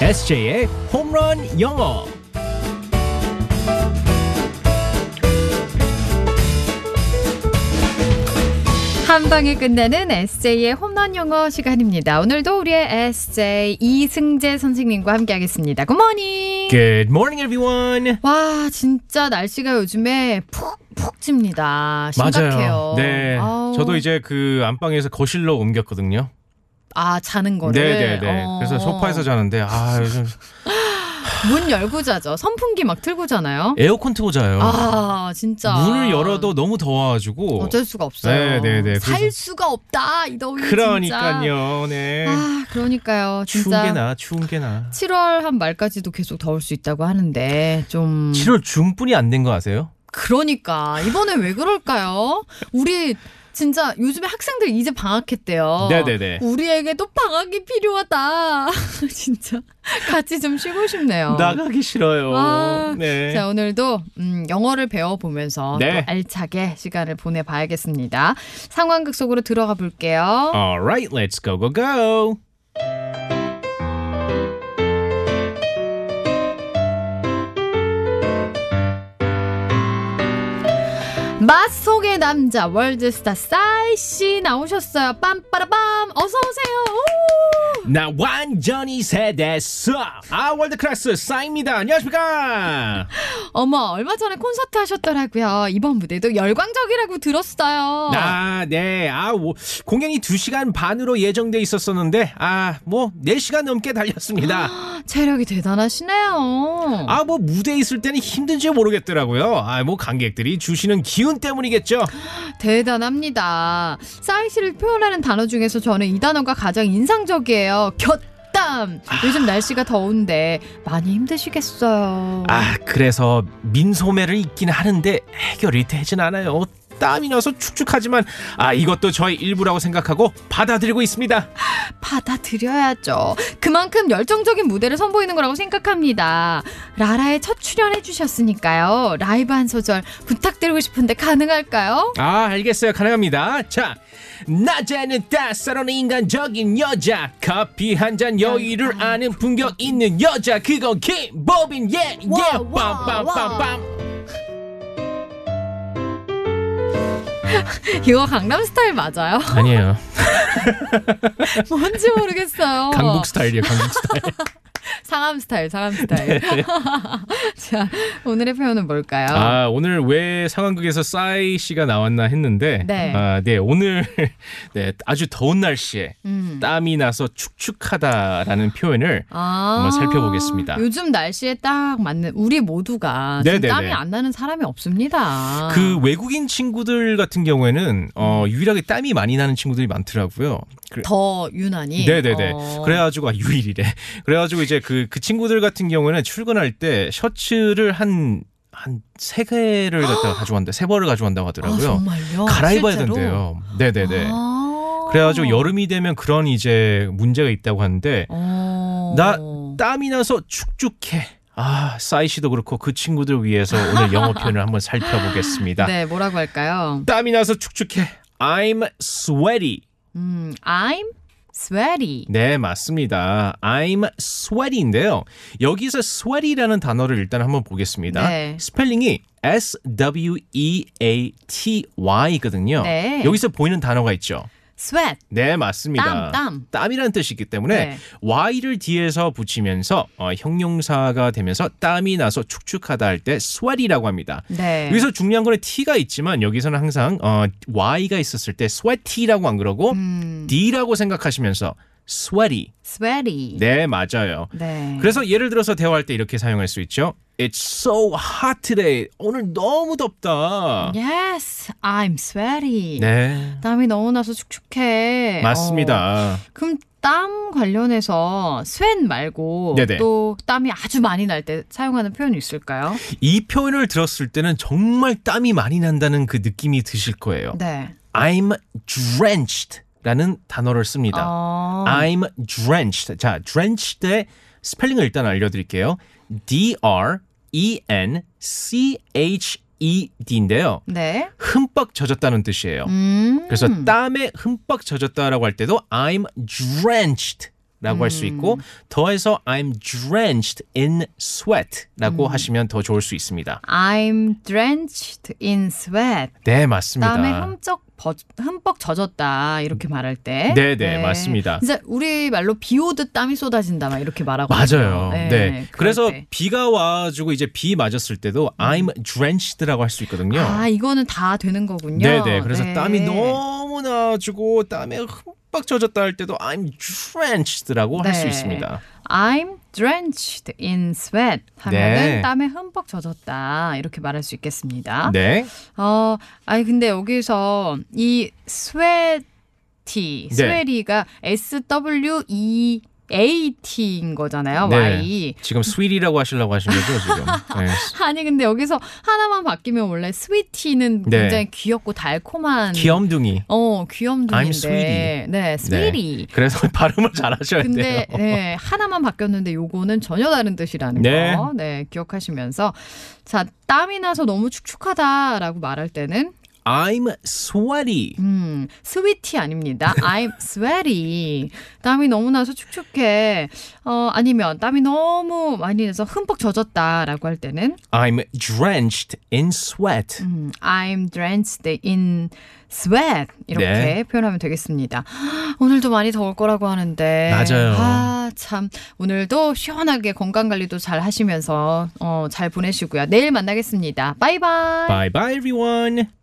SJ의 홈런 영어. 한 방에 끝내는 SJ의 홈런 영어 시간입니다. 오늘도 우리의 SJ 이승재 선생님과 함께하겠습니다. 예. 굿모닝. Good morning, everyone. 와 진짜 날씨가 요즘에 푹푹 찝니다. 심각해요. 네. 아우. 저도 이제 그 안방에서 거실로 옮겼거든요. 아 자는 거를. 네네네. 어. 그래서 소파에서 자는데 아 요즘 문 열고 자죠. 선풍기 막 틀고 자나요. 에어컨 틀고 자요. 아 진짜. 문을 열어도 너무 더워가지고. 어쩔 수가 네, 없어요. 네, 네. 살 그래서- 수가 없다 이 더위 진짜. 그러니까요. 네. 아 그러니까요. 추운 진짜. 게 나, 추운 게 나. 7월 한 말까지도 계속 더울 수 있다고 하는데 좀 7월 중뿐이 안 된 거 아세요? 그러니까 이번에 왜 그럴까요? 우리 진짜 요즘에 학생들 이제 방학했대요. 네네네. 우리에게도 방학이 필요하다. 진짜 같이 좀 쉬고 싶네요. 나가기 싫어요. 어. 아, 네. 자 오늘도 음, 영어를 배워보면서 네. 또 알차게 시간을 보내봐야겠습니다. 상황극 속으로 들어가 볼게요. Alright, let's go go go. 맛속의 남자 월드스타 싸이 씨 나오셨어요. 빰빠라밤 어서 오세요. 오! 나 완전히 세대수. 아 월드 클래스 싸입니다. 안녕하십니까? 어머 얼마 전에 콘서트 하셨더라고요. 이번 무대도 열광적이라고 들었어요. 아, 네. 아, 오, 공연이 2시간 반으로 예정돼 있었었는데 아, 뭐 4시간 넘게 달렸습니다. 체력이 대단하시네요. 아, 뭐 무대에 있을 때는 힘든지 모르겠더라고요. 아, 뭐 관객들이 주시는 기운 때문이겠죠. 대단합니다. 싸이 씨를 표현하는 단어 중에서 저는 이 단어가 가장 인상적이에요. 곁담. 요즘 날씨가 더운데 많이 힘드시겠어요. 아, 그래서 민소매를 입긴 하는데 해결이 되진 않아요. 땀이 나서 축축하지만 아, 이것도 저의 일부라고 생각하고 받아들이고 있습니다. 받아들여야죠. 그만큼 열정적인 무대를 선보이는 거라고 생각합니다. 라라의 첫 출연해 주셨으니까요. 라이브 한 소절 부탁드리고 싶은데 가능할까요? 아, 알겠어요. 가능합니다. 자, 낮에는 따사로운 인간적인 여자, 커피 한 잔 음, 여유를 아는 분격 있는 여자, 그건 김보빈, 예, 예, 와, 와, 와. 빰빰빰빰. 이거 강남 스타일 맞아요? 아니에요. 뭔지 모르겠어요. 강북 스타일이에요, 강북 스타일. 상암 스타일, 상암 스타일. 자, 오늘의 표현은 뭘까요? 네. 아, 오늘 왜 상황극에서 싸이 씨가 나왔나 했는데, 네. 아, 네, 오늘, 네, 아주 더운 날씨에 음. 땀이 나서 축축하다라는 표현을 아, 한번 살펴보겠습니다. 요즘 날씨에 딱 맞는 우리 모두가 지금 네네네. 땀이 안 나는 사람이 없습니다. 그 외국인 친구들 같은 경우에는 음. 어, 유일하게 땀이 많이 나는 친구들이 많더라고요. 그래- 더 유난히. 네네네. 어. 그래가지고 아, 유일이래. 그래가지고 이제 그 그 친구들 같은 경우에는 출근할 때 셔츠를 한 한 세 개를 갖다가 가져간다, 세 벌을 가져간다고 아, 하더라고요. 정말요? 갈아입어야 실제로? 된대요. 네네네. 아. 그래가지고 여름이 되면 그런 이제 문제가 있다고 하는데 어. 나 땀이 나서 축축해. 아, 싸이 씨도 그렇고 그 친구들 위해서 오늘 영어 표현을 한번 살펴보겠습니다. 네, 뭐라고 할까요? 땀이 나서 축축해. I'm sweaty. 음, I'm sweaty. 네, 맞습니다. I'm sweaty인데요. 여기서 sweaty라는 단어를 일단 한번 보겠습니다. 네. 스펠링이 S W E A T Y거든요. 네. 여기서 보이는 단어가 있죠. sweat. 네, 맞습니다. 땀, 땀. 땀이라는 뜻이기 때문에 네. y를 뒤에서 붙이면서 어, 형용사가 되면서 땀이 나서 축축하다 할 때 sweaty라고 합니다. 네. 여기서 중요한 거는 t가 있지만 여기서는 항상 어, y가 있었을 때 sweaty라고 안 그러고 음, d라고 생각하시면서 sweaty. sweaty. 네, 맞아요. 네. 그래서 예를 들어서 대화할 때 이렇게 사용할 수 있죠. It's so hot today. 오늘 너무 덥다. Yes, I'm sweaty. 네. 땀이 너무 나서 축축해. 어, 맞습니다. 그럼 땀 관련해서 스웻 말고 네네. 또 땀이 아주 많이 날 때 사용하는 표현이 있을까요? 이 표현을 들었을 때는 정말 땀이 많이 난다는 그 느낌이 드실 거예요. 네. I'm drenched 라는 단어를 씁니다. 어, I'm drenched. 자, drenched의 스펠링을 일단 알려드릴게요. E D-R-E-N-C-H-E-D인데요. 네. 흠뻑 젖었다는 뜻이에요. 음. 그래서 땀에 흠뻑 젖었다라고 할 때도 I'm drenched 라고 할 음. 수 있고 더해서 I'm drenched in sweat 라고 음. 하시면 더 좋을 수 있습니다. I'm drenched in sweat. 네, 맞습니다. 땀에 흠쩍 버- 흠뻑 젖었다 이렇게 말할 때. 네네, 맞습니다. 진짜 우리 말로 비 오듯 땀이 쏟아진다 막 이렇게 말하고. 맞아요. 네. 그럴 그래서 때. 비가 와주고 이제 비 맞았을 때도 I'm drenched라고 할 수 있거든요. 아 이거는 다 되는 거군요. 네네. 그래서 네. 땀이 너무나 주고 땀에 흠뻑 젖었다 할 때도 I'm drenched라고 할 수 네. 있습니다. I'm drenched in sweat 하면은 네. 땀에 흠뻑 젖었다 이렇게 말할 수 있겠습니다. 네. 어, 아니 근데 여기서 이 스웨티, 네. 스웨리가 S W E A T인 거잖아요. 네. Y. 지금 sweet이라고 하시려고 하신 거죠, 지금? 네. 아니 근데 여기서 하나만 바뀌면 원래 스위티는 네. 굉장히 귀엽고 달콤한 귀염둥이. 어 I'm 귀염둥인데 sweetie. 네 스위티 그래서 발음을 잘 하셔야 돼요. 근데 네, 하나만 바뀌었는데 요거는 전혀 다른 뜻이라는 네. 거 네, 기억하시면서 자 땀이 나서 너무 축축하다라고 말할 때는 I'm sweaty. 음, 스위티 아닙니다. I'm sweaty. 땀이 너무 나서 축축해. 어, 아니면 땀이 너무 많이 나서 흠뻑 젖었다라고 할 때는 I'm drenched in sweat. 음, I'm drenched in sweat 이렇게 네. 표현하면 되겠습니다. 오늘도 많이 더울 거라고 하는데 맞아요. 아, 참 오늘도 시원하게 건강 관리도 잘 하시면서 어, 잘 보내시고요. 내일 만나겠습니다. 바이바이. Bye bye everyone.